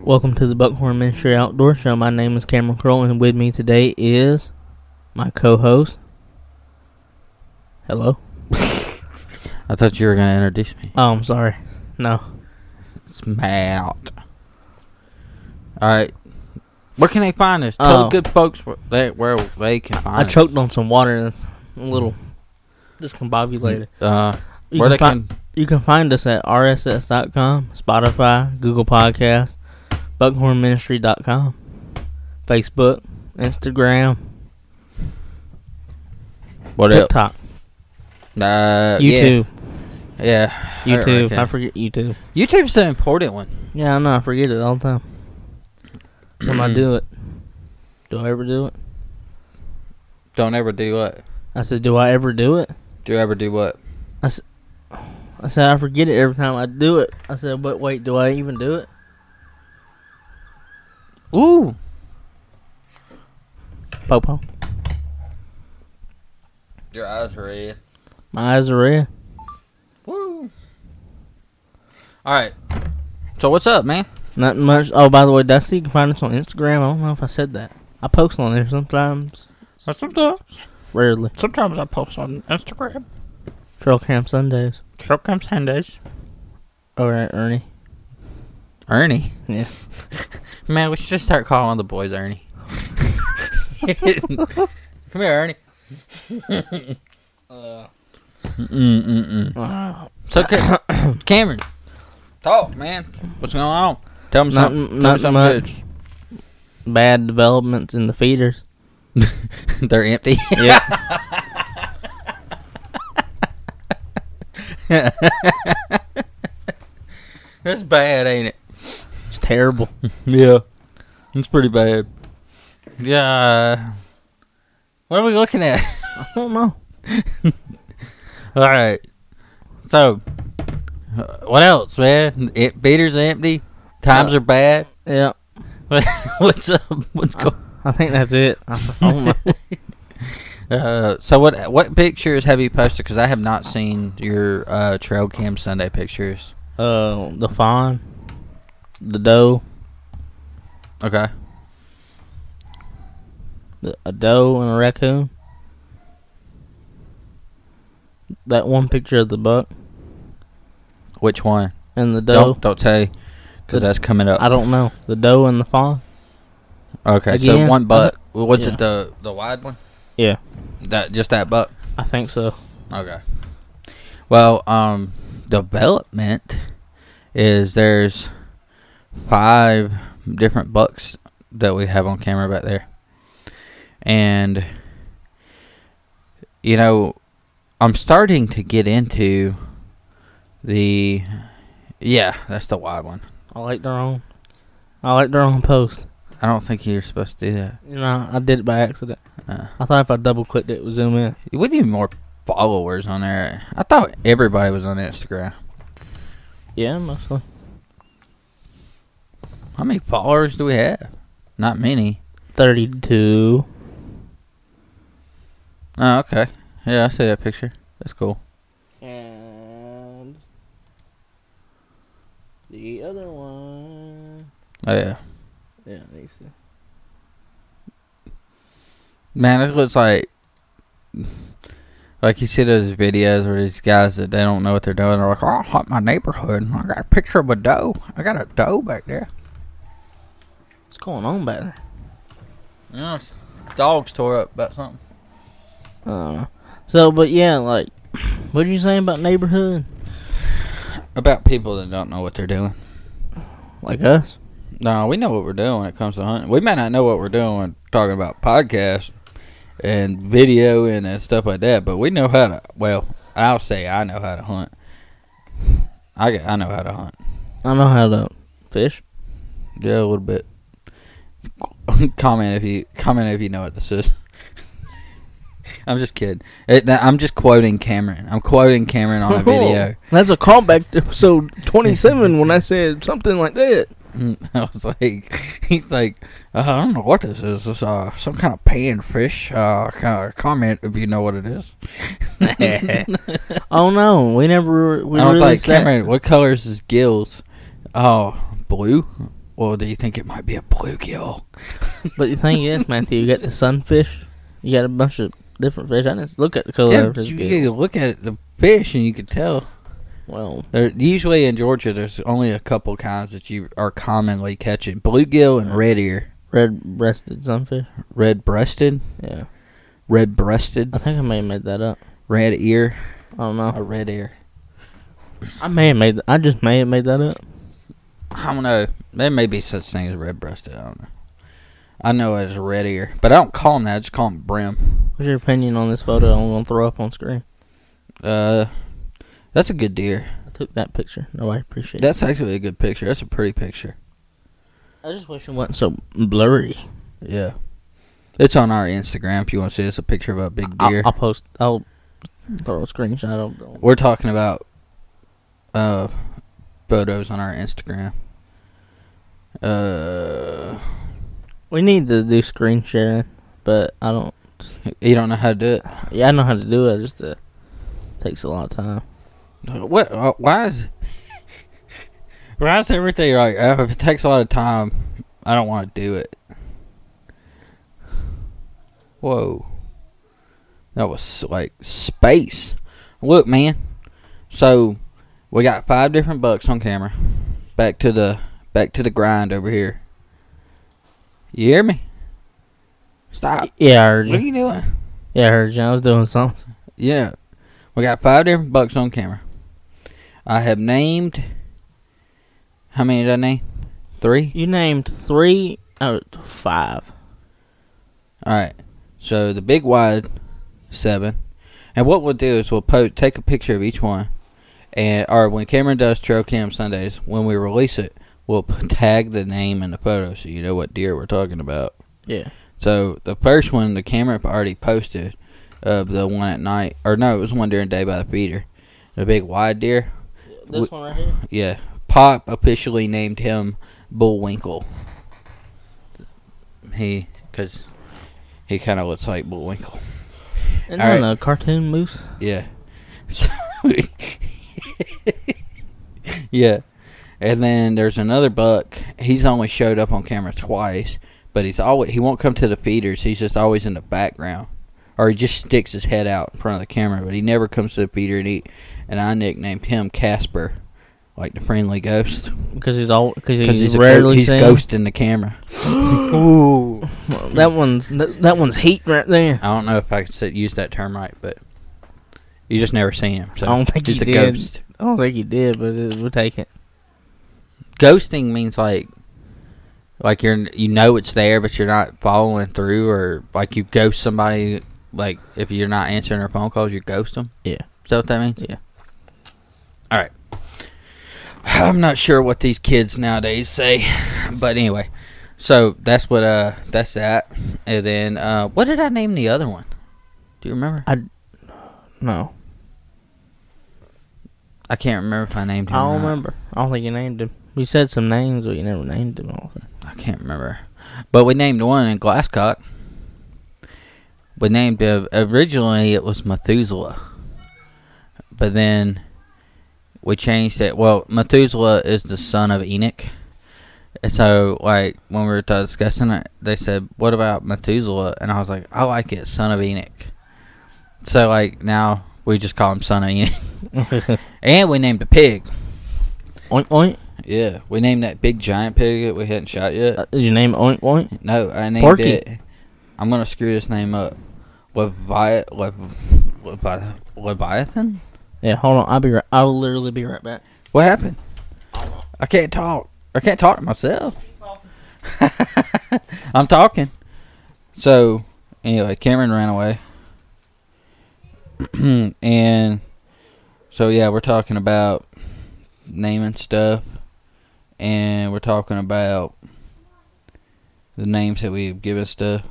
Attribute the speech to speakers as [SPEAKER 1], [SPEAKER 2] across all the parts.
[SPEAKER 1] Welcome to the Buckhorn Ministry Outdoor Show. My name is Cameron Kroll, and with me today is my co-host. Hello.
[SPEAKER 2] I thought you were gonna introduce me.
[SPEAKER 1] Oh, I'm sorry. No.
[SPEAKER 2] It's Matt. All right. Where can they find us?
[SPEAKER 1] Oh.
[SPEAKER 2] Tell the good folks where they, where they can
[SPEAKER 1] I
[SPEAKER 2] find us.
[SPEAKER 1] choked on some water and it's a
[SPEAKER 2] Mm.
[SPEAKER 1] little discombobulated.
[SPEAKER 2] Uh,
[SPEAKER 1] You
[SPEAKER 2] where
[SPEAKER 1] can
[SPEAKER 2] they
[SPEAKER 1] fi-
[SPEAKER 2] can
[SPEAKER 1] You can find us at rss.com, Spotify, Google Podcasts, buckhornministry.com, Facebook, Instagram,
[SPEAKER 2] what else?
[SPEAKER 1] TikTok,
[SPEAKER 2] Uh,
[SPEAKER 1] YouTube,
[SPEAKER 2] Yeah. yeah. I-
[SPEAKER 1] YouTube.
[SPEAKER 2] okay.
[SPEAKER 1] I forget YouTube.
[SPEAKER 2] YouTube's an important one.
[SPEAKER 1] Yeah, I know. I forget it all the time when I do it. Do I ever do it?
[SPEAKER 2] Don't ever do what.
[SPEAKER 1] I said, do I ever do it?
[SPEAKER 2] Do you ever do what?
[SPEAKER 1] I said, I forget it every time I do it. I said, but wait, do I even do it?
[SPEAKER 2] Ooh.
[SPEAKER 1] Popo.
[SPEAKER 2] Your eyes are red.
[SPEAKER 1] My eyes are red.
[SPEAKER 2] Woo. All right. So what's up, man?
[SPEAKER 1] Nothing much. Oh, by the way, Dusty, you can find us on Instagram. I don't know if I said that. I post on there sometimes,
[SPEAKER 3] Sometimes,
[SPEAKER 1] rarely.
[SPEAKER 3] sometimes I post on Instagram.
[SPEAKER 1] Trail Camp Sundays.
[SPEAKER 3] Here comes Sundays.
[SPEAKER 1] All right, Ernie.
[SPEAKER 2] Ernie.
[SPEAKER 1] Yeah.
[SPEAKER 2] Man, we should just start calling the boys Ernie. Come here, Ernie. Uh. Mm mm mm.
[SPEAKER 1] Uh,
[SPEAKER 2] So, Ca- Cameron, talk, man. What's going on? Tell me
[SPEAKER 1] Not-
[SPEAKER 2] something. Tell
[SPEAKER 1] not
[SPEAKER 2] me
[SPEAKER 1] much.
[SPEAKER 2] something
[SPEAKER 1] bad developments in the feeders.
[SPEAKER 2] good. They're empty.
[SPEAKER 1] Yeah.
[SPEAKER 2] That's bad, ain't it?
[SPEAKER 1] it's terrible.
[SPEAKER 2] Yeah. It's pretty bad. Yeah. What are we looking at?
[SPEAKER 1] I don't know.
[SPEAKER 2] All right. So, uh, what else, man? It, beaters are empty. Times
[SPEAKER 1] Uh,
[SPEAKER 2] are bad.
[SPEAKER 1] Yeah.
[SPEAKER 2] What's up? What's going?
[SPEAKER 1] I think that's it. I don't know.
[SPEAKER 2] Uh, so what what pictures have you posted? Because I have not seen your uh, trail cam Sunday pictures.
[SPEAKER 1] Uh, the fawn, the doe,
[SPEAKER 2] Okay.
[SPEAKER 1] the, a doe and a raccoon. That one picture of the buck
[SPEAKER 2] Which one?
[SPEAKER 1] and the doe.
[SPEAKER 2] Don't don't say, because
[SPEAKER 1] The-
[SPEAKER 2] that's coming up.
[SPEAKER 1] I don't know. The doe and the fawn.
[SPEAKER 2] okay.
[SPEAKER 1] Again?
[SPEAKER 2] So one buck. Well, What's
[SPEAKER 1] Yeah.
[SPEAKER 2] it the the wide one?
[SPEAKER 1] Yeah.
[SPEAKER 2] That just that buck.
[SPEAKER 1] I think so.
[SPEAKER 2] Okay. Well, um, development is there's five different bucks that we have on camera back there, and you know, I'm starting to get into the yeah, that's the wide one.
[SPEAKER 1] I like their own. I like their own post.
[SPEAKER 2] I don't think you're supposed to do that.
[SPEAKER 1] You know, I did it by accident.
[SPEAKER 2] Uh.
[SPEAKER 1] I thought if I double clicked it, it would zoom in.
[SPEAKER 2] We need more followers on there. I thought everybody was on Instagram.
[SPEAKER 1] Yeah, mostly.
[SPEAKER 2] How many followers do we have? Not many.
[SPEAKER 1] 32.
[SPEAKER 2] Oh, okay. Yeah, I see that picture. That's cool.
[SPEAKER 1] And the other one.
[SPEAKER 2] Oh, yeah.
[SPEAKER 1] Yeah, these two.
[SPEAKER 2] Man, this looks like. Like you see those videos where these guys that they don't know what they're doing, they're like, "Oh, I hunt my neighborhood. I got a picture of a doe. I got a doe back there."
[SPEAKER 1] What's going on back there?
[SPEAKER 2] Yes, dogs tore up about something.
[SPEAKER 1] I don't know. Uh, So, but yeah, like, what are you saying about neighborhood?
[SPEAKER 2] About people that don't know what they're doing.
[SPEAKER 1] Like us?
[SPEAKER 2] No, we know what we're doing when it comes to hunting. We may not know what we're doing when talking about podcasts and video and uh, stuff like that, but we know how to. Well, I'll say I know how to hunt. I g- I know how to hunt.
[SPEAKER 1] I know how to fish.
[SPEAKER 2] Yeah, a little bit. comment if you comment if you know what this is. I'm just kidding. It, that- I'm just quoting Cameron. I'm quoting Cameron on a video.
[SPEAKER 1] That's a callback to episode 27 when I said something like that.
[SPEAKER 2] Mm, I was like, he's like, uh, I don't know what this is. It's uh, some kind of panfish. Uh, kind of comment if you know what it is.
[SPEAKER 1] oh no, we never. We
[SPEAKER 2] I was
[SPEAKER 1] really
[SPEAKER 2] like,
[SPEAKER 1] sat-
[SPEAKER 2] Cameron, what color is his gills? Oh, blue. Well, do you think it might be a bluegill?
[SPEAKER 1] But the thing is, Matthew, you got the sunfish. You got a bunch of different fish. I didn't look at the color
[SPEAKER 2] Yeah,
[SPEAKER 1] of his
[SPEAKER 2] you
[SPEAKER 1] gill.
[SPEAKER 2] can look at it, the fish and you can tell.
[SPEAKER 1] Well,
[SPEAKER 2] There, usually in Georgia, there's only a couple kinds that you are commonly catching: bluegill and red ear,
[SPEAKER 1] red-breasted sunfish.
[SPEAKER 2] red breasted,
[SPEAKER 1] Yeah,
[SPEAKER 2] red breasted,
[SPEAKER 1] I think I may have made that up.
[SPEAKER 2] red ear,
[SPEAKER 1] I don't
[SPEAKER 2] a
[SPEAKER 1] know.
[SPEAKER 2] red ear.
[SPEAKER 1] I may have made. I just may have made that up.
[SPEAKER 2] I don't know. There may be such thing as red breasted. I don't know. I know it as red ear, but I don't call them that. I just call them brim.
[SPEAKER 1] What's your opinion on this photo? I'm gonna throw up on screen.
[SPEAKER 2] Uh, that's a good deer.
[SPEAKER 1] I took that picture. Nobody appreciates.
[SPEAKER 2] That's actually a good picture. That's a pretty picture.
[SPEAKER 1] it. I just wish it wasn't so blurry.
[SPEAKER 2] Yeah. It's on our Instagram if you want to see. It's a picture of a big
[SPEAKER 1] I'll-
[SPEAKER 2] deer.
[SPEAKER 1] I'll, post. I'll throw a screenshot of. the-
[SPEAKER 2] We're talking about uh photos on our Instagram. Uh,
[SPEAKER 1] We need to do screen sharing, but I don't.
[SPEAKER 2] you don't know how to do it.
[SPEAKER 1] Yeah, I know how to do it. Just uh, takes a lot of time.
[SPEAKER 2] What? Uh, why is? Why is everything like? Uh, if it takes a lot of time, I don't want to do it. Whoa, that was like space. Look, man. So we got five different bucks on camera. Back to the back to the grind over here. You hear me? Stop.
[SPEAKER 1] Yeah, I heard
[SPEAKER 2] What are
[SPEAKER 1] you.
[SPEAKER 2] you doing?
[SPEAKER 1] Yeah, I heard you. I was doing something.
[SPEAKER 2] Yeah. We got five different bucks on camera. I have named. How many did I name? Three?
[SPEAKER 1] You named three out of five.
[SPEAKER 2] Alright. So the big wide, seven. And what we'll do is we'll post, take a picture of each one. And, or when Cameron does Trail Cam Sundays, when we release it, we'll p- tag the name in the photo so you know what deer we're talking about.
[SPEAKER 1] Yeah.
[SPEAKER 2] So the first one, the camera already posted of the one at night, or no, it was one during the day by the feeder, the big wide deer.
[SPEAKER 1] This one right here.
[SPEAKER 2] Yeah. Pop officially named him Bullwinkle. He, because he kind of looks like Bullwinkle.
[SPEAKER 1] And
[SPEAKER 2] All
[SPEAKER 1] I
[SPEAKER 2] right.
[SPEAKER 1] know, cartoon moose.
[SPEAKER 2] Yeah. So- yeah. And then there's another buck. He's only showed up on camera twice, but he's always he won't come to the feeders. He's just always in the background, or he just sticks his head out in front of the camera, but he never comes to the feeder and eat. And I nicknamed him Casper, like the friendly ghost.
[SPEAKER 1] Because he's all because he's,
[SPEAKER 2] Because he's, a ghost-
[SPEAKER 1] rarely
[SPEAKER 2] he's
[SPEAKER 1] seen.
[SPEAKER 2] ghosting the camera.
[SPEAKER 1] Ooh, Well, that one's that, that one's heat right there.
[SPEAKER 2] I don't know if I could say, use that term right, but you just never see him. So
[SPEAKER 1] I don't think
[SPEAKER 2] he's
[SPEAKER 1] he
[SPEAKER 2] a
[SPEAKER 1] did.
[SPEAKER 2] ghost.
[SPEAKER 1] I don't think he did, but it, we'll take it.
[SPEAKER 2] Ghosting means like, like you're you know it's there, but you're not following through, or like you ghost somebody. Like if you're not answering their phone calls, you ghost them.
[SPEAKER 1] Yeah.
[SPEAKER 2] Is that what that means?
[SPEAKER 1] Yeah.
[SPEAKER 2] All right. I'm not sure what these kids nowadays say, but anyway. So that's what uh that's that. And then uh what did I name the other one? Do you remember?
[SPEAKER 1] No,
[SPEAKER 2] I can't remember if I named him.
[SPEAKER 1] I
[SPEAKER 2] or
[SPEAKER 1] don't
[SPEAKER 2] not.
[SPEAKER 1] remember. I don't think you named him. We said some names, but you never named him. I don't think.
[SPEAKER 2] I can't remember. But we named one in Glasscock. We named uh, originally it was Methuselah. But then we changed it. Well, Methuselah is the son of Enoch. And so, like, when we were discussing it, they said, What about Methuselah? And I was like, I like it, son of Enoch. So, like, now we just call him son of Enoch. and we named a pig.
[SPEAKER 1] oink oink.
[SPEAKER 2] Yeah, we named that big giant pig that we hadn't shot yet.
[SPEAKER 1] Uh, Is your name oink oink?
[SPEAKER 2] No, I named
[SPEAKER 1] Porky.
[SPEAKER 2] it. I'm gonna screw this name up. Levi- Lev- Levi- Leviathan.
[SPEAKER 1] Yeah, hold on. I'll be right. I'll literally be right back.
[SPEAKER 2] What happened? I can't talk. I can't talk to myself. I'm talking. So anyway, Cameron ran away, and so yeah, we're talking about naming stuff, and we're talking about the names that we've given stuff.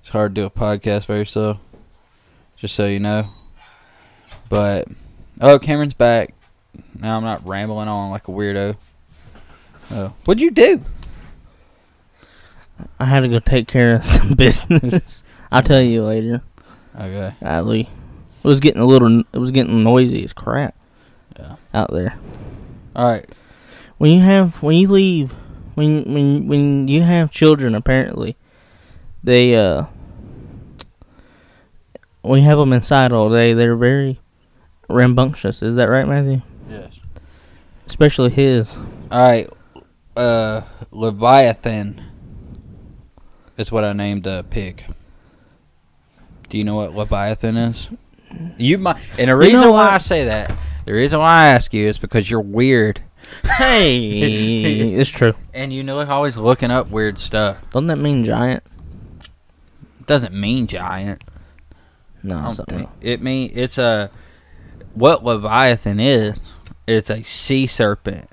[SPEAKER 2] It's hard to do a podcast very slow, just so you know. But oh, Cameron's back. Now I'm not rambling on like a weirdo. Oh. What'd you do?
[SPEAKER 1] I had to go take care of some business. I'll tell you later.
[SPEAKER 2] Okay.
[SPEAKER 1] Golly, it was getting a little. It was getting noisy as crap
[SPEAKER 2] Yeah.
[SPEAKER 1] out there.
[SPEAKER 2] All right.
[SPEAKER 1] When you have when you leave when when when you have children, apparently, they uh, we have them inside all day. They're very rambunctious. Is that right, Matthew?
[SPEAKER 2] Yes.
[SPEAKER 1] Especially his.
[SPEAKER 2] All right. Uh, Leviathan is what I named the pig. Do you know what Leviathan is? You might, and the reason
[SPEAKER 1] know
[SPEAKER 2] why
[SPEAKER 1] what?
[SPEAKER 2] I say that, the reason why I ask you is because you're weird,
[SPEAKER 1] Hey, it's true.
[SPEAKER 2] and you know it's always looking up weird stuff.
[SPEAKER 1] Doesn't that mean giant?
[SPEAKER 2] doesn't mean giant.
[SPEAKER 1] No,
[SPEAKER 2] I don't
[SPEAKER 1] something
[SPEAKER 2] think
[SPEAKER 1] else.
[SPEAKER 2] it mean it's a what Leviathan is. It's a sea serpent,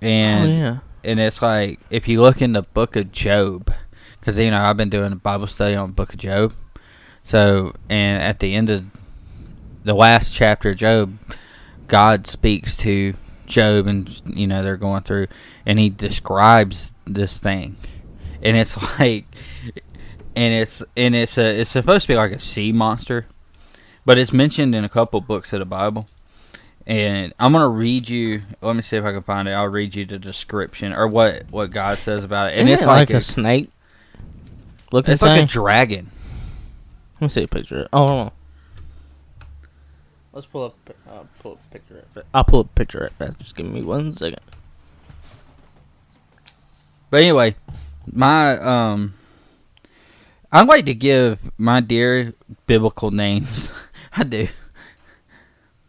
[SPEAKER 2] and
[SPEAKER 1] oh yeah.
[SPEAKER 2] and it's like if you look in the Book of Job, because you know I've been doing a Bible study on the Book of Job, so and at the end of the last chapter of Job, God speaks to Job, and you know they're going through, and he describes this thing, and it's like, and it's and it's a it's supposed to be like a sea monster, but it's mentioned in a couple books of the Bible. And I'm gonna read you. Let me see if I can find it. I'll read you the description or what what God says about it. And
[SPEAKER 1] Isn't
[SPEAKER 2] it's
[SPEAKER 1] it
[SPEAKER 2] like,
[SPEAKER 1] a, snake. Look
[SPEAKER 2] a,
[SPEAKER 1] at
[SPEAKER 2] it's like a
[SPEAKER 1] thing.
[SPEAKER 2] dragon.
[SPEAKER 1] Let me see a picture. Oh, hold on. Let's pull up. I'll pull up a picture. Right fast. I'll pull up a picture right fast. Just give me one second.
[SPEAKER 2] But anyway, my um, I like to give my dear biblical names. I do.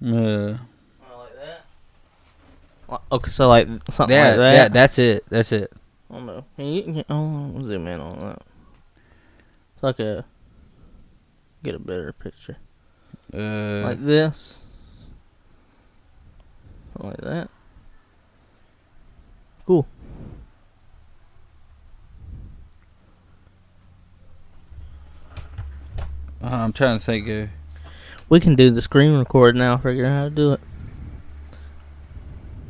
[SPEAKER 2] Uh,
[SPEAKER 1] Like that. Okay, so like something
[SPEAKER 2] yeah,
[SPEAKER 1] like that.
[SPEAKER 2] yeah, that's it. That's it.
[SPEAKER 1] I don't know. Can you, can, oh, I'll zoom in on that. It's like a get a better picture.
[SPEAKER 2] Uh,
[SPEAKER 1] Like this. Something Like that. Cool.
[SPEAKER 2] uh, I'm trying to think. Of,
[SPEAKER 1] We can do the screen record now. Figure out how to do it.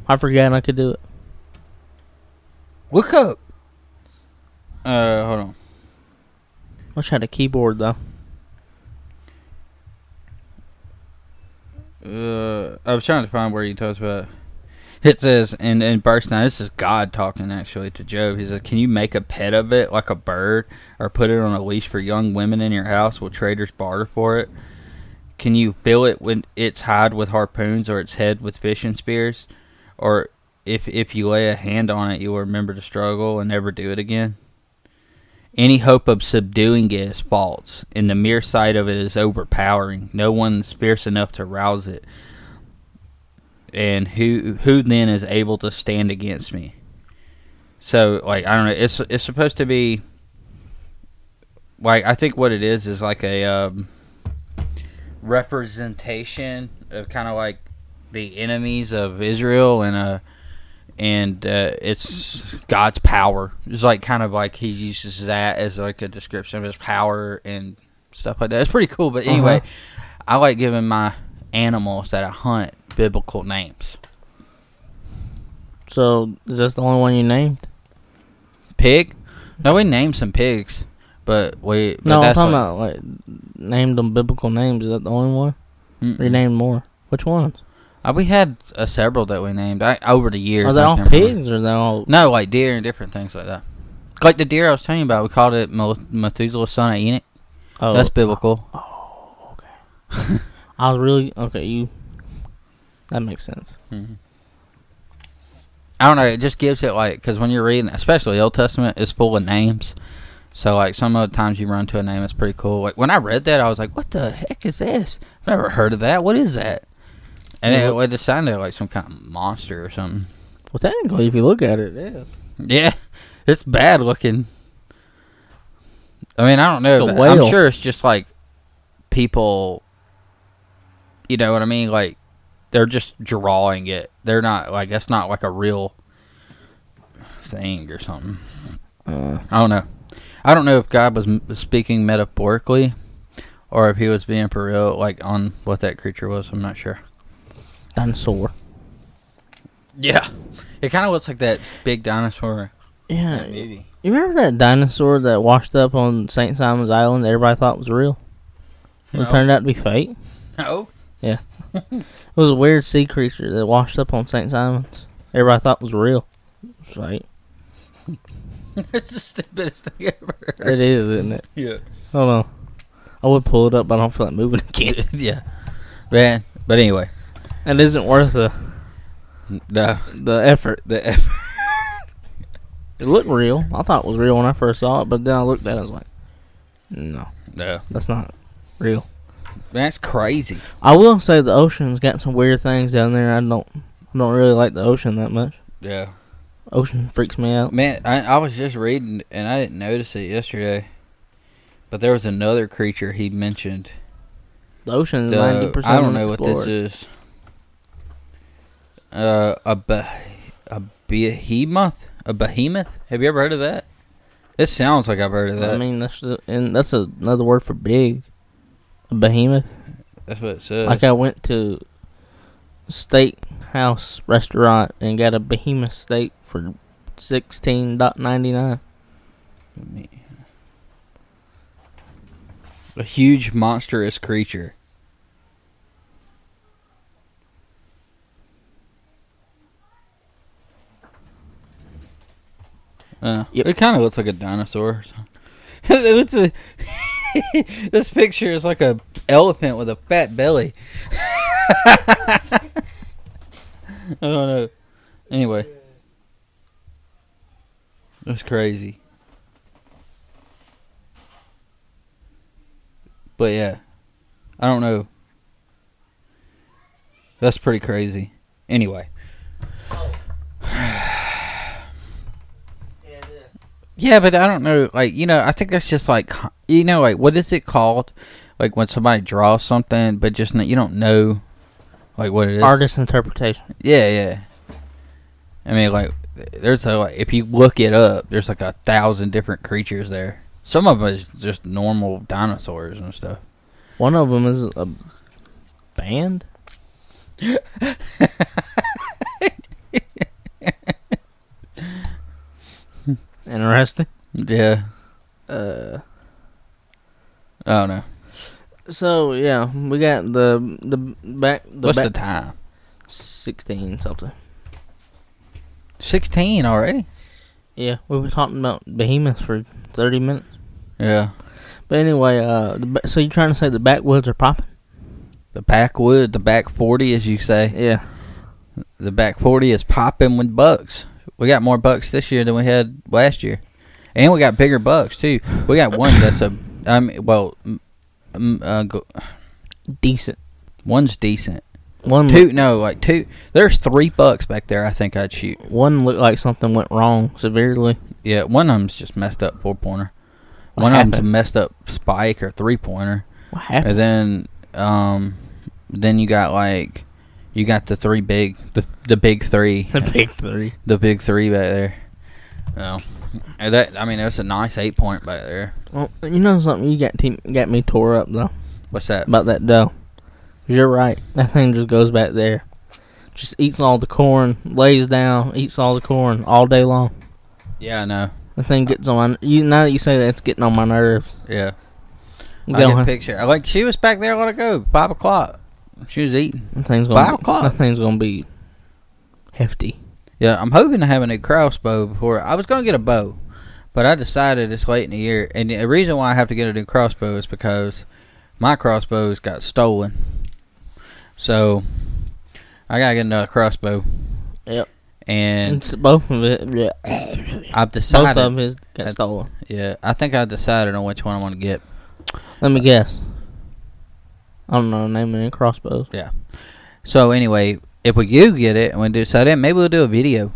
[SPEAKER 1] I forgot I could do it.
[SPEAKER 2] look up. Uh, hold on.
[SPEAKER 1] Wish I had a keyboard though.
[SPEAKER 2] Uh, I was trying to find where he talks about. It says, and in verse 9, this is God talking actually to Job. He says, Can you make a pet of it like a bird or put it on a leash for young women in your house? Will traders barter for it? Can you fill it when its hide with harpoons or its head with fishing spears? Or if, if you lay a hand on it, you will remember the struggle and never do it again? Any hope of subduing it is false, and the mere sight of it is overpowering. No one is fierce enough to rouse it. And who who then is able to stand against me? So like I don't know, it's it's supposed to be like I think what it is is like a um, representation of kind of like the enemies of Israel and uh and uh, it's God's power. It's like kind of like he uses that as like a description of his power and stuff like that. It's pretty cool. But anyway, I like giving my animals that I hunt biblical names.
[SPEAKER 1] So is this the only one you named?
[SPEAKER 2] Pig? No, we named some pigs, but we but
[SPEAKER 1] no, I'm
[SPEAKER 2] that's
[SPEAKER 1] talking
[SPEAKER 2] like-
[SPEAKER 1] about like named them biblical names. Is that the only one?
[SPEAKER 2] Mm-mm.
[SPEAKER 1] Or you named more? Which ones?
[SPEAKER 2] Uh, we had uh, several that we named I, over the years.
[SPEAKER 1] Are they
[SPEAKER 2] I
[SPEAKER 1] all
[SPEAKER 2] can't remember.
[SPEAKER 1] pigs or are they all?
[SPEAKER 2] No, like deer and different things like that. Like the deer I was telling you about, we called it Mel- Methuselah's son of Enoch.
[SPEAKER 1] Oh,
[SPEAKER 2] That's biblical.
[SPEAKER 1] I was really okay. You. That makes sense.
[SPEAKER 2] I don't know. It just gives it like because when you're reading, especially Old Testament, it's full of names. So like some of the times you run to a name, it's pretty cool. Like when I read that, I was like, "What the heck is this? I've never heard of that. What is that?" And
[SPEAKER 1] Yeah.
[SPEAKER 2] it, it just sounded like some kind of monster or something.
[SPEAKER 1] Well, technically, if you look at it, it is.
[SPEAKER 2] Yeah, it's bad looking. I mean, I don't know.
[SPEAKER 1] Like a
[SPEAKER 2] but I'm
[SPEAKER 1] whale.
[SPEAKER 2] sure it's just like people. You know what I mean? Like they're just drawing it. They're not like that's not like a real thing or something.
[SPEAKER 1] Uh,
[SPEAKER 2] I don't know. I don't know if God was m- speaking metaphorically or if he was being for real, like on what that creature was. I'm not sure.
[SPEAKER 1] dinosaur.
[SPEAKER 2] Yeah, it kind of looks like that big dinosaur. in
[SPEAKER 1] Yeah.
[SPEAKER 2] that
[SPEAKER 1] You
[SPEAKER 2] movie.
[SPEAKER 1] remember that dinosaur that washed up on St. Simon's Island? That everybody thought was real.
[SPEAKER 2] No.
[SPEAKER 1] It turned out to be fake. It
[SPEAKER 2] No.
[SPEAKER 1] was a weird sea creature that washed up on St. Simon's. Everybody thought was real. right?
[SPEAKER 2] That's the stupidest thing ever.
[SPEAKER 1] It is, isn't it?
[SPEAKER 2] Yeah.
[SPEAKER 1] I don't know. I would pull it up, but I don't feel like moving again.
[SPEAKER 2] yeah. Man, but anyway.
[SPEAKER 1] It isn't worth the
[SPEAKER 2] No.
[SPEAKER 1] the effort.
[SPEAKER 2] The effort.
[SPEAKER 1] It looked real. I thought it was real when I first saw it, but then I looked at it and I was like, no,
[SPEAKER 2] No.
[SPEAKER 1] that's not real.
[SPEAKER 2] That's crazy.
[SPEAKER 1] I will say the ocean's got some weird things down there. I don't I don't really like the ocean that much.
[SPEAKER 2] Yeah.
[SPEAKER 1] Ocean freaks me out.
[SPEAKER 2] Man, I, I was just reading and I didn't notice it yesterday. But there was another creature he mentioned.
[SPEAKER 1] The ocean's
[SPEAKER 2] The-
[SPEAKER 1] ninety percent.
[SPEAKER 2] I don't know what this is. Uh, a be- a behemoth, a behemoth. Have you ever heard of that? It sounds like I've heard of that.
[SPEAKER 1] I mean, that's the, and that's another word for big, a behemoth.
[SPEAKER 2] That's what it says.
[SPEAKER 1] Like I went to steakhouse restaurant and got a behemoth steak for sixteen dot ninety nine.
[SPEAKER 2] a huge monstrous creature. Uh,
[SPEAKER 1] Yep.
[SPEAKER 2] It kind of looks like a dinosaur. it's a, this picture is like a elephant with a fat belly. I don't know. Anyway, that's crazy. But yeah, I don't know. That's pretty crazy. Anyway, yeah, but I don't know. Like you know, I think that's just like you know, like what is it called? Like when somebody draws something, but just not, you don't know, like what it is.
[SPEAKER 1] Artist interpretation.
[SPEAKER 2] Yeah, yeah. I mean, like, there's a, like, if you look it up, there's like a thousand different creatures there. Some of them is just normal dinosaurs and stuff.
[SPEAKER 1] One of them is a band. Interesting.
[SPEAKER 2] Yeah.
[SPEAKER 1] Uh,
[SPEAKER 2] I don't know.
[SPEAKER 1] so yeah, we got the the back the
[SPEAKER 2] What's the
[SPEAKER 1] back
[SPEAKER 2] time?
[SPEAKER 1] sixteen something.
[SPEAKER 2] 16 already?
[SPEAKER 1] Yeah, we were talking about behemoths for thirty minutes.
[SPEAKER 2] Yeah.
[SPEAKER 1] But anyway, uh, the, ba- so you're trying to say the backwoods are popping?
[SPEAKER 2] The backwood, the back 40, as you say.
[SPEAKER 1] Yeah.
[SPEAKER 2] The back 40 is popping with bucks. We got more bucks this year than we had last year. And we got bigger bucks, too. We got one that's a, I mean, well, m- m- uh, go-
[SPEAKER 1] Decent.
[SPEAKER 2] one's decent.
[SPEAKER 1] One
[SPEAKER 2] Two, no, like two. There's three bucks back there. I think I'd shoot.
[SPEAKER 1] one looked like something went wrong severely.
[SPEAKER 2] Yeah, one of them's just messed up four pointer.
[SPEAKER 1] What
[SPEAKER 2] One of them's a
[SPEAKER 1] happened?
[SPEAKER 2] messed up spike or three pointer,
[SPEAKER 1] What
[SPEAKER 2] and
[SPEAKER 1] happened?
[SPEAKER 2] then um, then you got like you got the three big the the big three
[SPEAKER 1] The big three.
[SPEAKER 2] the big three back there. No, and that I mean that's a nice eight point back there.
[SPEAKER 1] Well, you know something? You got te- got me tore up though
[SPEAKER 2] What's that?
[SPEAKER 1] about that dough. 'Cause You're right. That thing just goes back there, just eats all the corn, lays down, eats all the corn all day long.
[SPEAKER 2] Yeah, I know.
[SPEAKER 1] The thing gets on my you. Now that you say that, it's getting on my nerves.
[SPEAKER 2] Yeah,
[SPEAKER 1] We
[SPEAKER 2] I
[SPEAKER 1] don't
[SPEAKER 2] get a
[SPEAKER 1] have-
[SPEAKER 2] picture. Like she was back there a while ago, five o'clock. She was eating.
[SPEAKER 1] that thing's
[SPEAKER 2] Five
[SPEAKER 1] gonna. Be,
[SPEAKER 2] o'clock.
[SPEAKER 1] that thing's gonna be hefty.
[SPEAKER 2] Yeah, I'm hoping to have a new crossbow before I was gonna get a bow, but I decided it's late in the year, and the reason why I have to get a new crossbow is because my crossbows got stolen. So I gotta get another crossbow.
[SPEAKER 1] Yep.
[SPEAKER 2] And
[SPEAKER 1] It's both of it. Yeah.
[SPEAKER 2] I've
[SPEAKER 1] Both
[SPEAKER 2] decided.
[SPEAKER 1] of them is got
[SPEAKER 2] that-
[SPEAKER 1] stolen.
[SPEAKER 2] Yeah, I think I decided on which one I want to get.
[SPEAKER 1] Let me guess. I don't know the name of any crossbows.
[SPEAKER 2] So anyway, if we do get it and we decide it, maybe we'll do a video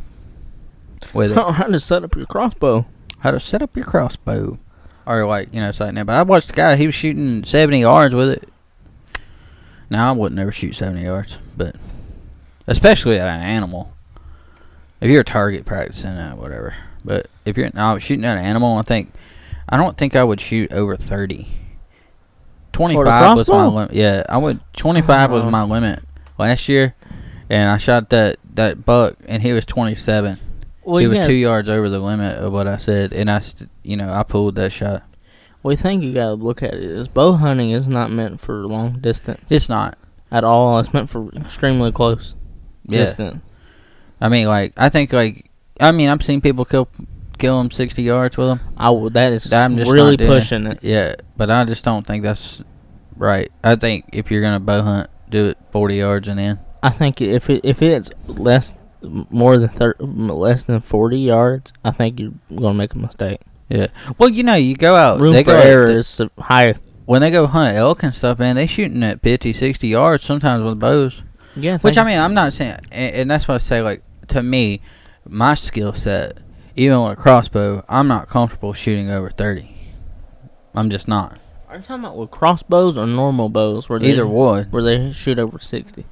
[SPEAKER 2] with it.
[SPEAKER 1] How how to set up your crossbow?
[SPEAKER 2] how to set up your crossbow. Or like, you know, something like that. But I watched the guy, he was shooting seventy yards with it. Now I would never shoot seventy yards, but especially at an animal. If you're a target practicing that, whatever. But if you're now shooting at an animal, I think I don't think I would shoot over thirty. Twenty five was my
[SPEAKER 1] crossbow?
[SPEAKER 2] limit. Yeah, I would. Twenty five was
[SPEAKER 1] Oh.
[SPEAKER 2] my limit last year, and I shot that that buck, and he was twenty seven
[SPEAKER 1] Well,
[SPEAKER 2] he was
[SPEAKER 1] yeah,
[SPEAKER 2] two yards over the limit of what I said, and I, st- you know, I pulled that shot.
[SPEAKER 1] we think you gotta look at it. Is bow hunting is not meant for long distance
[SPEAKER 2] It's not.
[SPEAKER 1] at all. It's meant for extremely close
[SPEAKER 2] Yeah.
[SPEAKER 1] distance.
[SPEAKER 2] I mean, like I think like I mean, I've seen people kill kill them sixty yards with them.
[SPEAKER 1] I will, that is
[SPEAKER 2] I'm just
[SPEAKER 1] really
[SPEAKER 2] not doing
[SPEAKER 1] pushing it.
[SPEAKER 2] Yeah, but I just don't think that's right. I think if you're gonna bow hunt, do it forty yards and in.
[SPEAKER 1] I think if it, if it's less more than thir- less than 40 yards, I think you're going to make a mistake.
[SPEAKER 2] Yeah. Well, you know, you go out.
[SPEAKER 1] Room
[SPEAKER 2] Oh, they
[SPEAKER 1] for
[SPEAKER 2] go out-
[SPEAKER 1] error is high.
[SPEAKER 2] when they go hunt elk and stuff, man, they shooting at 50, 60 yards sometimes with bows.
[SPEAKER 1] Yeah,
[SPEAKER 2] Which I mean, I'm not saying, and, and that's what I say. Like to me, my skill set, even with a crossbow, I'm not comfortable shooting over thirty. I'm just not.
[SPEAKER 1] Are you talking about with crossbows or normal bows? Where they,
[SPEAKER 2] Either one,
[SPEAKER 1] Where they shoot over 60.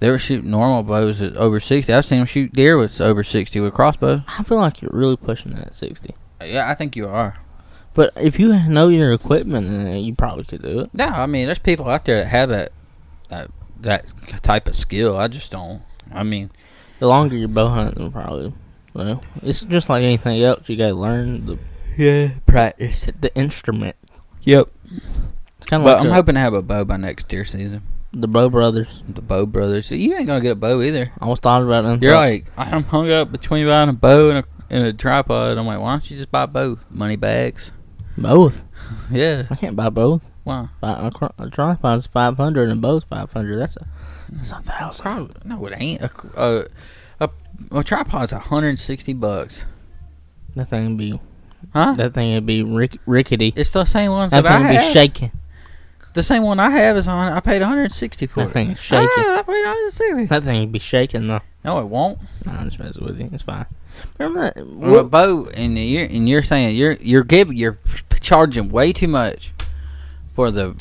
[SPEAKER 2] they were shooting normal bows at over sixty. I've seen them shoot deer with over sixty with crossbows.
[SPEAKER 1] I feel like you're really pushing that at 60.
[SPEAKER 2] Yeah, I think you are.
[SPEAKER 1] But if you know your equipment, uh, you probably could do it.
[SPEAKER 2] No, I mean, there's people out there that have that that, that type of skill. I just don't. I mean,
[SPEAKER 1] The longer you bow hunt, the probably. Well, it's just like anything else. You gotta learn the
[SPEAKER 2] yeah, practice.
[SPEAKER 1] the instrument.
[SPEAKER 2] Yep.
[SPEAKER 1] It's kind of
[SPEAKER 2] But
[SPEAKER 1] like
[SPEAKER 2] I'm
[SPEAKER 1] the-
[SPEAKER 2] hoping to have a bow by next deer season.
[SPEAKER 1] the Bow Brothers.
[SPEAKER 2] The bow brothers. You ain't gonna get a bow either.
[SPEAKER 1] I was thought about them.
[SPEAKER 2] You're like, I'm hung up between buying a bow and a, and a tripod. I'm like, why don't you just buy both? Money bags.
[SPEAKER 1] both.
[SPEAKER 2] Yeah.
[SPEAKER 1] I can't buy both.
[SPEAKER 2] Why?
[SPEAKER 1] Buy, a, cro- a tripod's five hundred and both five hundred. That's a that's a thousand.
[SPEAKER 2] Probably, no, it ain't. A, a, a, a tripod's 160 bucks.
[SPEAKER 1] That thing be
[SPEAKER 2] Huh?
[SPEAKER 1] that thing would be rick- rickety.
[SPEAKER 2] It's the same one
[SPEAKER 1] That
[SPEAKER 2] that I
[SPEAKER 1] thing would be
[SPEAKER 2] have.
[SPEAKER 1] shaking.
[SPEAKER 2] the same one I have is on. I paid 160 for
[SPEAKER 1] That
[SPEAKER 2] it.
[SPEAKER 1] thing is shaking.
[SPEAKER 2] Ah, I paid 160.
[SPEAKER 1] That thing would be shaking though.
[SPEAKER 2] No, it won't.
[SPEAKER 1] Nah, I'm just messing with you. It's fine. Remember that?
[SPEAKER 2] Well, a bow, and you're and you're saying you're you're giving you're charging way too much for the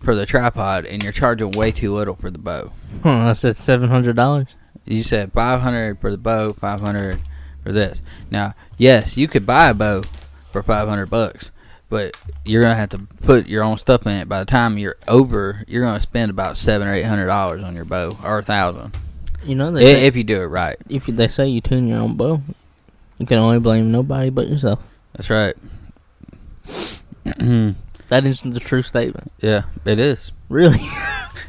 [SPEAKER 2] for the tripod, and you're charging way too little for the bow.
[SPEAKER 1] Huh, I said seven hundred dollars.
[SPEAKER 2] You said five hundred for the bow, five hundred for this. Now, yes, you could buy a bow for five hundred bucks, but you're gonna have to put your own stuff in it. By the time you're over, you're gonna spend about seven or eight hundred dollars on your bow, or a thousand,
[SPEAKER 1] You know
[SPEAKER 2] i-
[SPEAKER 1] they say,
[SPEAKER 2] if you do it right.
[SPEAKER 1] if you, they say you tune your own bow, you can only blame nobody but yourself.
[SPEAKER 2] That's right.
[SPEAKER 1] Mm-hmm. That is the true statement.
[SPEAKER 2] yeah, it is.
[SPEAKER 1] Really,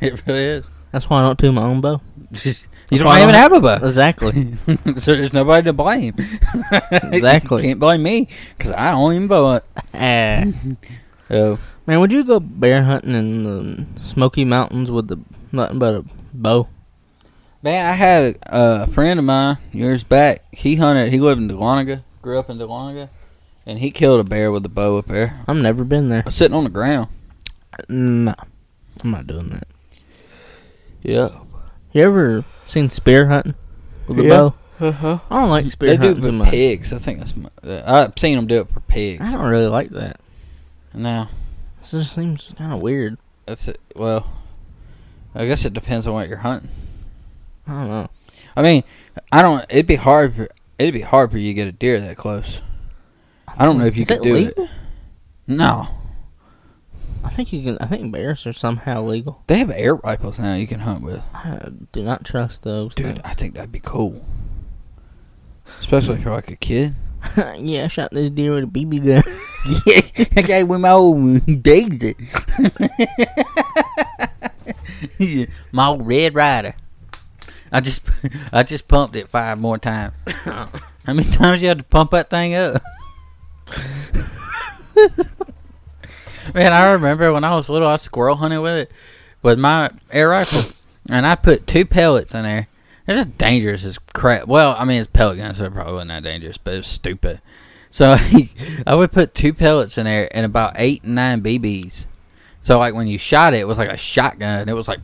[SPEAKER 2] It really is.
[SPEAKER 1] that's why I don't tune my own bow.
[SPEAKER 2] Just, you
[SPEAKER 1] That's
[SPEAKER 2] don't
[SPEAKER 1] why I
[SPEAKER 2] even
[SPEAKER 1] don't-
[SPEAKER 2] have a bow.
[SPEAKER 1] Exactly.
[SPEAKER 2] so there's nobody to blame.
[SPEAKER 1] Exactly.
[SPEAKER 2] you can't blame me because I don't even bow it.
[SPEAKER 1] Ah.
[SPEAKER 2] So,
[SPEAKER 1] Man, would you go bear hunting in the Smoky Mountains with the nothing but a bow?
[SPEAKER 2] man, I had a, a friend of mine years back. He hunted. He lived in Dahlonega, grew up in Dahlonega, and he killed a bear with a bow up there, uh,
[SPEAKER 1] I've never been there.
[SPEAKER 2] sitting on the ground.
[SPEAKER 1] No, I'm not doing that.
[SPEAKER 2] Yeah.
[SPEAKER 1] You ever seen spear hunting with a
[SPEAKER 2] Yeah.
[SPEAKER 1] bow?
[SPEAKER 2] Uh-huh.
[SPEAKER 1] I don't like spear
[SPEAKER 2] They do
[SPEAKER 1] hunting
[SPEAKER 2] it
[SPEAKER 1] too
[SPEAKER 2] for
[SPEAKER 1] much.
[SPEAKER 2] pigs. I think that's. My, uh, I've seen them do it for pigs.
[SPEAKER 1] I don't really like that.
[SPEAKER 2] No,
[SPEAKER 1] This just seems kind of weird.
[SPEAKER 2] that's it. Well, I guess it depends on what you're hunting.
[SPEAKER 1] I don't know.
[SPEAKER 2] I mean, I don't. It'd be hard. For, it'd be hard for you to get a deer that close. I don't know if you
[SPEAKER 1] Is
[SPEAKER 2] could
[SPEAKER 1] that
[SPEAKER 2] do
[SPEAKER 1] legal?
[SPEAKER 2] it. No,
[SPEAKER 1] I think you can. I think bears are somehow legal.
[SPEAKER 2] they have air rifles now you can hunt with.
[SPEAKER 1] I do not trust those.
[SPEAKER 2] Dude,
[SPEAKER 1] things.
[SPEAKER 2] I think that'd be cool, especially for like a kid.
[SPEAKER 1] yeah, I shot this deer with a BB gun.
[SPEAKER 2] yeah, I got with my old Daisy, my old Red Rider. I just, I just pumped it five more times. How many times you had to pump that thing up? Man, I remember when I was little, I squirrel hunted with it, with my air rifle, and I put two pellets in there. They're just dangerous as crap. Well, I mean, it's pellet guns, so it probably wasn't that dangerous, but it was stupid. So I would put two pellets in there and about eight and nine BBs. So like when you shot it, it was like a shotgun. It was like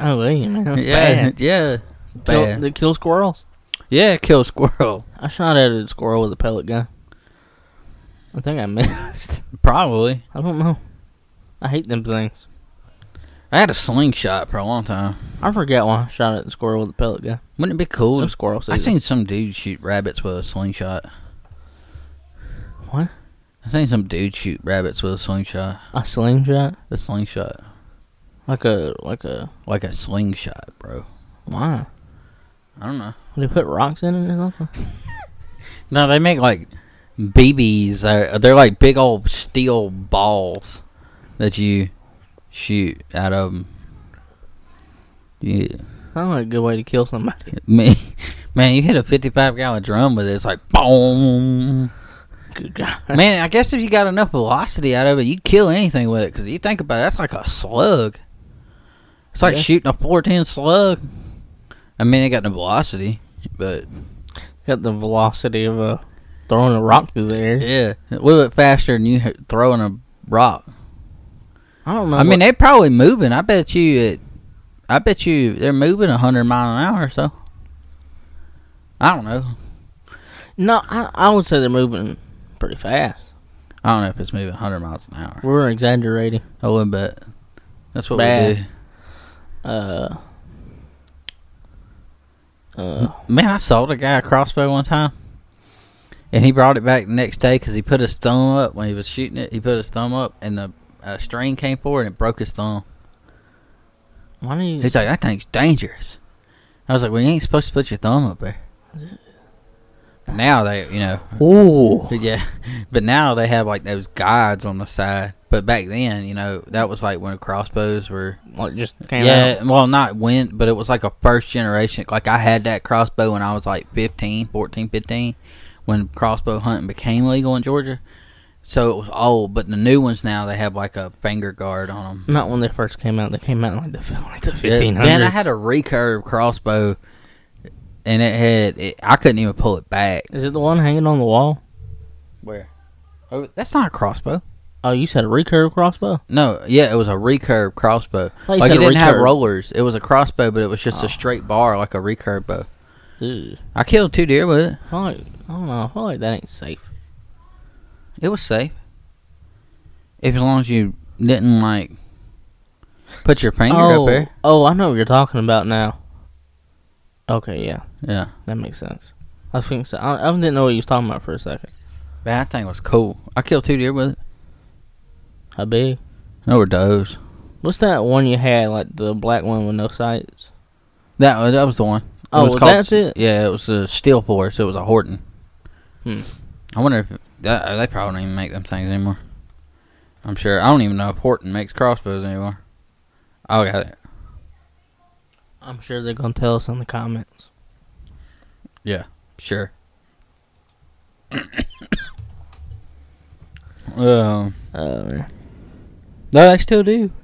[SPEAKER 1] Oh, wait, man, that's
[SPEAKER 2] yeah,
[SPEAKER 1] bad.
[SPEAKER 2] yeah,
[SPEAKER 1] Kill,
[SPEAKER 2] bad.
[SPEAKER 1] they kill squirrels.
[SPEAKER 2] yeah, kill squirrel
[SPEAKER 1] I shot at a squirrel with a pellet gun. I think I missed.
[SPEAKER 2] probably.
[SPEAKER 1] I don't know. I hate them things.
[SPEAKER 2] I had a slingshot for a long time.
[SPEAKER 1] I forget why I shot at the squirrel with a pellet gun.
[SPEAKER 2] Wouldn't it be cool?
[SPEAKER 1] No
[SPEAKER 2] if-
[SPEAKER 1] squirrel
[SPEAKER 2] I
[SPEAKER 1] season.
[SPEAKER 2] seen some dude shoot rabbits with a slingshot.
[SPEAKER 1] What?
[SPEAKER 2] I seen some dude shoot rabbits with a slingshot.
[SPEAKER 1] a slingshot,
[SPEAKER 2] A slingshot,
[SPEAKER 1] like a like a.
[SPEAKER 2] like a slingshot, bro.
[SPEAKER 1] Why?
[SPEAKER 2] I don't know.
[SPEAKER 1] Would they put rocks in it or something?
[SPEAKER 2] No, they make like BBs. They're, they're like big old steel balls that you shoot out of 'em. Yeah.
[SPEAKER 1] Sounds like a good way to kill somebody.
[SPEAKER 2] Me, Man, you hit a 55 gallon drum with it. It's like boom.
[SPEAKER 1] Good God.
[SPEAKER 2] Man, I guess if you got enough velocity out of it, you'd kill anything with it. Because you think about it, that's like a slug. It's like
[SPEAKER 1] Yeah.
[SPEAKER 2] shooting a 410 slug. I mean, it got no velocity, but
[SPEAKER 1] Got the velocity of a throwing a rock through the air.
[SPEAKER 2] yeah, a little bit faster than you h- throwing a rock.
[SPEAKER 1] I don't know.
[SPEAKER 2] I mean, they're probably moving. I bet you it. I bet you they're moving 100 mile an hour or so. I don't know.
[SPEAKER 1] no, I, I would say they're moving pretty fast.
[SPEAKER 2] I don't know if it's moving 100 miles an hour.
[SPEAKER 1] We're exaggerating.
[SPEAKER 2] A little bit. That's what
[SPEAKER 1] Bad.
[SPEAKER 2] we do.
[SPEAKER 1] Uh, uh,
[SPEAKER 2] Man, I sold a guy a crossbow one time, and he brought it back the next day because he put his thumb up when he was shooting it. He put his thumb up, and the uh, string came forward and it broke his thumb.
[SPEAKER 1] why do you?
[SPEAKER 2] He's like, "That thing's dangerous." I was like, "Well, you ain't supposed to put your thumb up there." But now they, you know,
[SPEAKER 1] Ooh,
[SPEAKER 2] but yeah, but now they have like those guides on the side. But back then, you know, that was like when crossbows were
[SPEAKER 1] like just came
[SPEAKER 2] yeah, well, not when, but it was like a first generation. Like I had that crossbow when I was like 15, 14, 15, when crossbow hunting became legal in Georgia. So it was old, but the new ones now they have like a finger guard on them.
[SPEAKER 1] out. Not when they first came out. They came out in like the like the fifteen hundreds.
[SPEAKER 2] Man, I had a recurve crossbow, and it had it, I couldn't even pull it back.
[SPEAKER 1] Is it the one hanging on the wall?
[SPEAKER 2] Where? Oh, that's not a crossbow.
[SPEAKER 1] Oh, you said a recurve crossbow.
[SPEAKER 2] No, yeah, it was a recurve crossbow.
[SPEAKER 1] thought you
[SPEAKER 2] like it
[SPEAKER 1] said
[SPEAKER 2] didn't have
[SPEAKER 1] recurve.
[SPEAKER 2] rollers. It was a crossbow, but it was just
[SPEAKER 1] Oh.
[SPEAKER 2] a straight bar, like a recurve bow.
[SPEAKER 1] Ew.
[SPEAKER 2] I killed two deer with it.
[SPEAKER 1] I feel like- I don't know. I feel like that ain't safe.
[SPEAKER 2] It was safe. If as long as you didn't like put your finger
[SPEAKER 1] oh,
[SPEAKER 2] up there.
[SPEAKER 1] oh, I know what you're talking about now. Okay, yeah,
[SPEAKER 2] Yeah.
[SPEAKER 1] that makes sense. I was thinking, so- I, I didn't know what you was talking about for a second.
[SPEAKER 2] Man, that thing was cool. I killed two deer with it.
[SPEAKER 1] How big?
[SPEAKER 2] No were does.
[SPEAKER 1] What's that one you had, like the black one with no sights?
[SPEAKER 2] That wa- that was the one. It
[SPEAKER 1] Oh,
[SPEAKER 2] was
[SPEAKER 1] well, that's it?
[SPEAKER 2] Yeah, it was a steel force. It was a Horton.
[SPEAKER 1] Hmm.
[SPEAKER 2] I wonder if that, uh, they probably don't even make them things anymore. I'm sure. I don't even know if Horton makes crossbows anymore. Oh, I got it.
[SPEAKER 1] I'm sure they're gonna tell us in the comments.
[SPEAKER 2] Sure. um.
[SPEAKER 1] Uh,
[SPEAKER 2] No, they still do.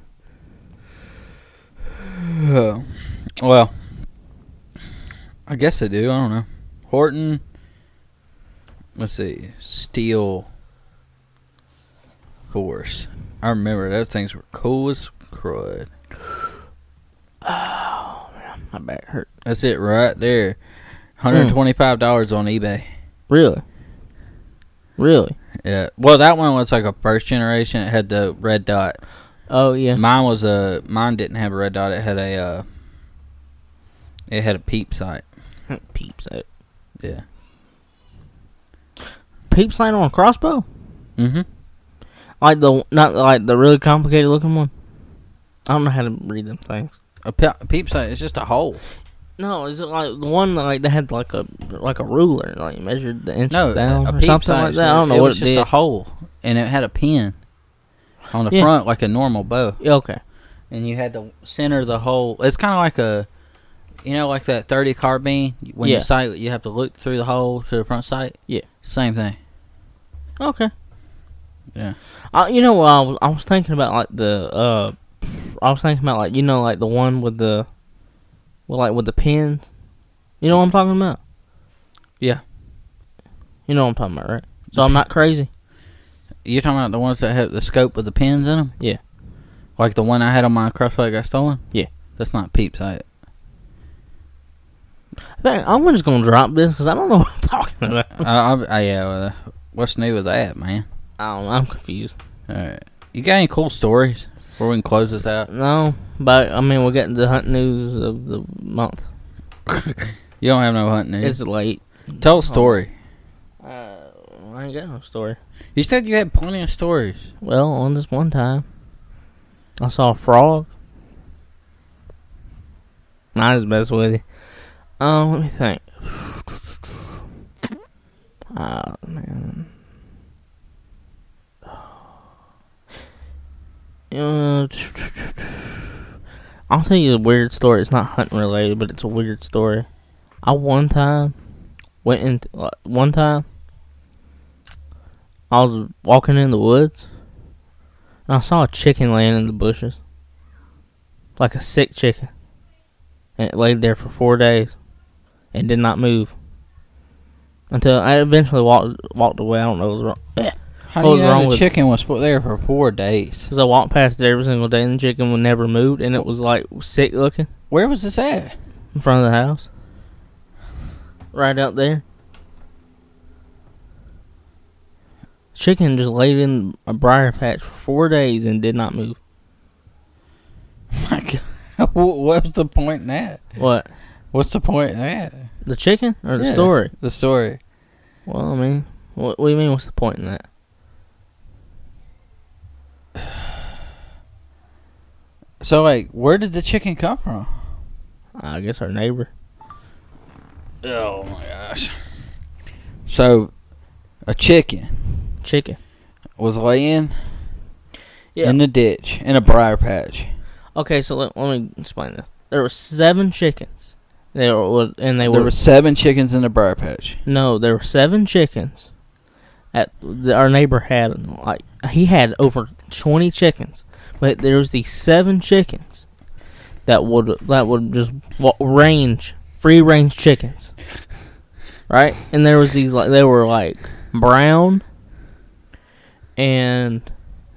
[SPEAKER 2] Uh, well, I guess they do. I don't know. Horton. Let's see. Steel Force. I remember those things were cool as crud.
[SPEAKER 1] my back hurt.
[SPEAKER 2] That's it right there. $125 on eBay.
[SPEAKER 1] Really? Really?
[SPEAKER 2] Yeah. Well, that one was like a first generation. It had the red dot.
[SPEAKER 1] Oh yeah.
[SPEAKER 2] Mine was a mine didn't have a red dot. It had a uh, it had a peep sight.
[SPEAKER 1] Peeps out.
[SPEAKER 2] Yeah.
[SPEAKER 1] Peeps laying on a crossbow?
[SPEAKER 2] Mm-hmm.
[SPEAKER 1] Like the not like the really complicated looking one. I don't know how to read them things.
[SPEAKER 2] A pe- peep sight is just a hole.
[SPEAKER 1] No, is it like the one that, like they had like a like a ruler like you measured the inches
[SPEAKER 2] No,
[SPEAKER 1] down
[SPEAKER 2] a
[SPEAKER 1] or
[SPEAKER 2] peep
[SPEAKER 1] something
[SPEAKER 2] sight.
[SPEAKER 1] like that? I don't know
[SPEAKER 2] it
[SPEAKER 1] what
[SPEAKER 2] was
[SPEAKER 1] it
[SPEAKER 2] just
[SPEAKER 1] did.
[SPEAKER 2] a hole, and it had a pin on the
[SPEAKER 1] Yeah.
[SPEAKER 2] front like a normal bow,
[SPEAKER 1] Yeah, okay.
[SPEAKER 2] and you had to center the hole. It's kind of like a, you know, like that thirty carbine when
[SPEAKER 1] Yeah.
[SPEAKER 2] you sight, you have to look through the hole to the front sight.
[SPEAKER 1] Yeah.
[SPEAKER 2] Same thing.
[SPEAKER 1] Okay.
[SPEAKER 2] Yeah.
[SPEAKER 1] I, you know what I was I was thinking about like the uh I was thinking about like you know like the one with the well like with the pins. You know what I'm talking about?
[SPEAKER 2] Yeah.
[SPEAKER 1] You know what I'm talking about, right? So I'm not crazy.
[SPEAKER 2] You're talking about the ones that have the scope with the pins in them?
[SPEAKER 1] Yeah.
[SPEAKER 2] Like the one I had on my crossbow that got stolen?
[SPEAKER 1] Yeah.
[SPEAKER 2] That's not peep sight.
[SPEAKER 1] I think I'm just gonna drop this because I don't know what I'm talking about.
[SPEAKER 2] I, I, I, yeah, well, uh, what's new with that, man?
[SPEAKER 1] I don't know, I'm confused.
[SPEAKER 2] All right. You got any cool stories before we can close this out?
[SPEAKER 1] No, but I mean we're getting the hunt news of the month.
[SPEAKER 2] You don't have no hunting
[SPEAKER 1] It's
[SPEAKER 2] news.
[SPEAKER 1] late.
[SPEAKER 2] Tell a story.
[SPEAKER 1] Uh, I ain't got no story.
[SPEAKER 2] You said you had plenty of stories.
[SPEAKER 1] Well, on this one time, I saw a frog. I just mess with you. Um, let me think. Oh man. Uh, I'll tell you a weird story. It's not hunting related, but it's a weird story. I one time went into like, one time. I was walking in the woods, and I saw a chicken laying in the bushes, like a sick chicken, and it laid there for four days, and did not move. Until I eventually walked walked away. I don't know what was wrong.
[SPEAKER 2] How
[SPEAKER 1] What
[SPEAKER 2] do
[SPEAKER 1] was
[SPEAKER 2] you know
[SPEAKER 1] wrong
[SPEAKER 2] the
[SPEAKER 1] with-
[SPEAKER 2] chicken was put there for four days?
[SPEAKER 1] Because I walked past it every single day, and the chicken would never move, and it was like sick looking.
[SPEAKER 2] Where was this at?
[SPEAKER 1] In front of the house. Right out there. Chicken just laid in a briar patch for four days and did not move.
[SPEAKER 2] My God, Wh- what's the point in that?
[SPEAKER 1] What?
[SPEAKER 2] What's the point in that?
[SPEAKER 1] The chicken or the
[SPEAKER 2] Yeah.
[SPEAKER 1] story?
[SPEAKER 2] The story.
[SPEAKER 1] Well, I mean, what, what do you mean? What's the point in that?
[SPEAKER 2] So, like, where did the chicken come from?
[SPEAKER 1] I guess our neighbor.
[SPEAKER 2] Oh my gosh. So, a chicken
[SPEAKER 1] Chicken.
[SPEAKER 2] was laying
[SPEAKER 1] Yeah.
[SPEAKER 2] in the ditch in a briar patch.
[SPEAKER 1] Okay, so let, let me explain this. There were seven chickens. They were, and they
[SPEAKER 2] there
[SPEAKER 1] were.
[SPEAKER 2] were seven chickens in the briar patch.
[SPEAKER 1] No, there were seven chickens. At that our neighbor had like he had over twenty chickens, but there was these seven chickens that would that would just wa- range free range chickens, right? And there was these like they were like brown, and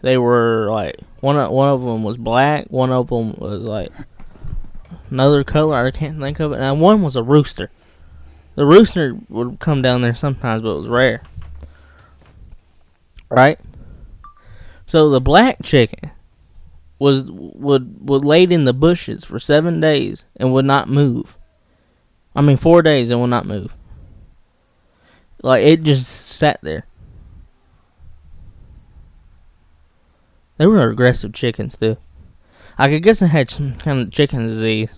[SPEAKER 1] they were like one of, one of them was black, one of them was like another color I can't think of it, and one was a rooster. The rooster would come down there sometimes, but it was rare. Right? So the black chicken was would would laid in the bushes for seven days and would not move. I mean four days and would not move. Like it just sat there. They were aggressive chickens too. I could guess it had some kind of chicken disease.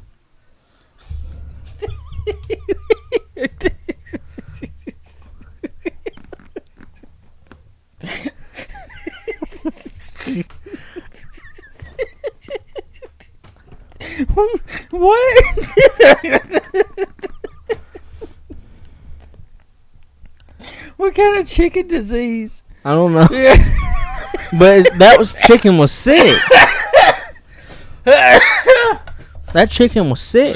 [SPEAKER 2] What? what kind of chicken disease?
[SPEAKER 1] I don't know. But that was chicken was sick. that chicken was sick.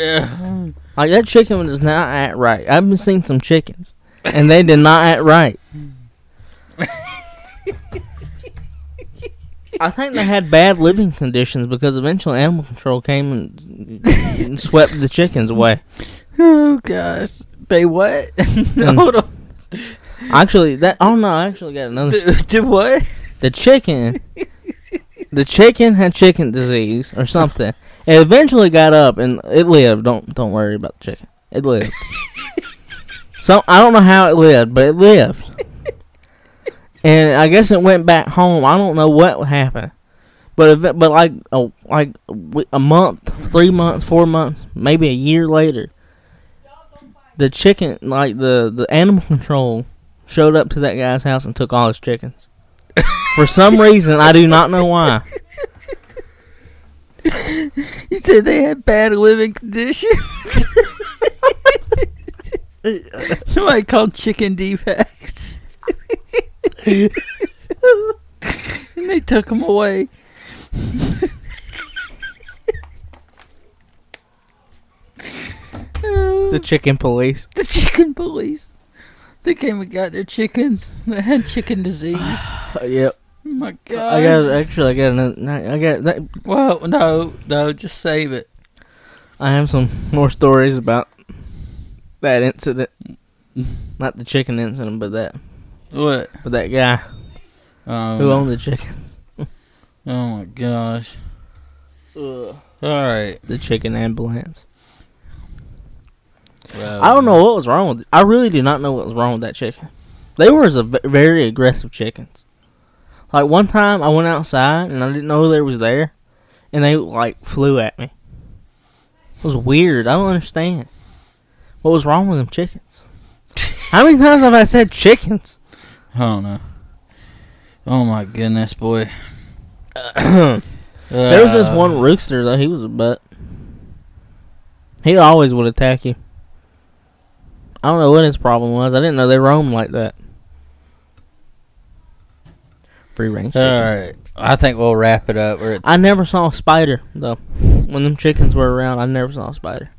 [SPEAKER 1] Like that chicken does not act right. I've been seeing some chickens, and they did not act right. I think they had bad living conditions because eventually animal control came and, and swept the chickens away.
[SPEAKER 2] Oh gosh. They what? Hold on.
[SPEAKER 1] Actually, that oh no, I actually got another.
[SPEAKER 2] The, the what?
[SPEAKER 1] the chicken the chicken had chicken disease or something it eventually got up and it lived don't don't worry about the chicken it lived so i don't know how it lived but it lived and i guess it went back home i don't know what happened but if it, but like a, like a w- a month three months four months maybe a year later the chicken like the the animal control showed up to that guy's house and took all his chickens for some reason, I do not know why.
[SPEAKER 2] You said they had bad living conditions. Somebody called chicken defects. and they took them away.
[SPEAKER 1] The
[SPEAKER 2] the,
[SPEAKER 1] chicken police.
[SPEAKER 2] the chicken police. They came and got their chickens. They had chicken disease. oh
[SPEAKER 1] yep.
[SPEAKER 2] my god.
[SPEAKER 1] I got actually. I got. Another, I got. That,
[SPEAKER 2] Well, no, no, just save it.
[SPEAKER 1] I have some more stories about that incident. Not the chicken incident, but that.
[SPEAKER 2] What?
[SPEAKER 1] But that guy
[SPEAKER 2] Um,
[SPEAKER 1] who owned the chickens.
[SPEAKER 2] Oh my gosh. All right.
[SPEAKER 1] The chicken ambulance. I don't know what was wrong with. I really do not know what was wrong with that chicken. They were a v- very aggressive chickens. Like one time, I went outside and I didn't know they was there, and they like flew at me. It was weird. I don't understand what was wrong with them chickens. How many times have I said chickens?
[SPEAKER 2] I don't know. Oh my goodness, boy.
[SPEAKER 1] there was this
[SPEAKER 2] Uh,
[SPEAKER 1] one rooster though. He was a butt. He always would attack you. I don't know what his problem was. I didn't know they roamed like that. Free range
[SPEAKER 2] Uh, All
[SPEAKER 1] chicken.
[SPEAKER 2] right. I think we'll wrap it up. We're at
[SPEAKER 1] I never saw a spider though. When them chickens were around, I never saw a spider.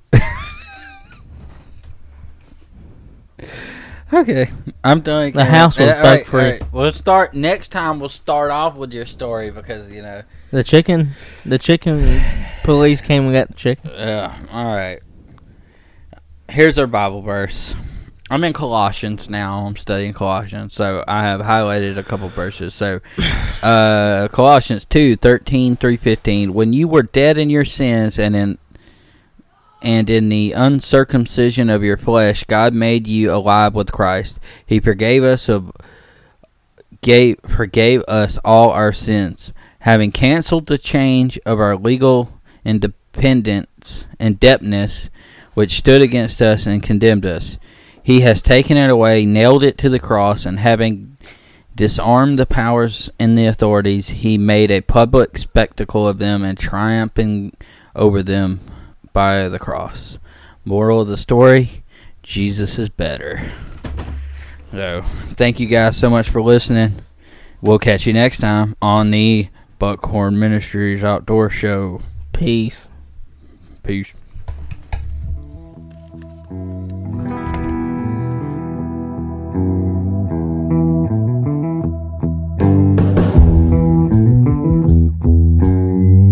[SPEAKER 2] Okay. I'm done.
[SPEAKER 1] The house was
[SPEAKER 2] all right,
[SPEAKER 1] bug-free.
[SPEAKER 2] all right. We'll start next time we'll start off with your story because you know
[SPEAKER 1] The chicken, the chicken police came and got the chicken.
[SPEAKER 2] uh, all right. Here's our Bible verse. I'm in Colossians now. I'm studying Colossians, so I have highlighted a couple verses. So uh Colossians 2, 13 through 15. When you were dead in your sins and in and in the uncircumcision of your flesh, God made you alive with Christ. He forgave us of gave forgave us all our sins, having canceled the change of our legal independence indebtedness which stood against us and condemned us. He has taken it away, nailed it to the cross, and having disarmed the powers and the authorities, he made a public spectacle of them and triumphing over them by the cross. Moral of the story Jesus is better. So, thank you guys so much for listening. We'll catch you next time on the Buckhorn Ministries Outdoor Show.
[SPEAKER 1] Peace.
[SPEAKER 2] Peace.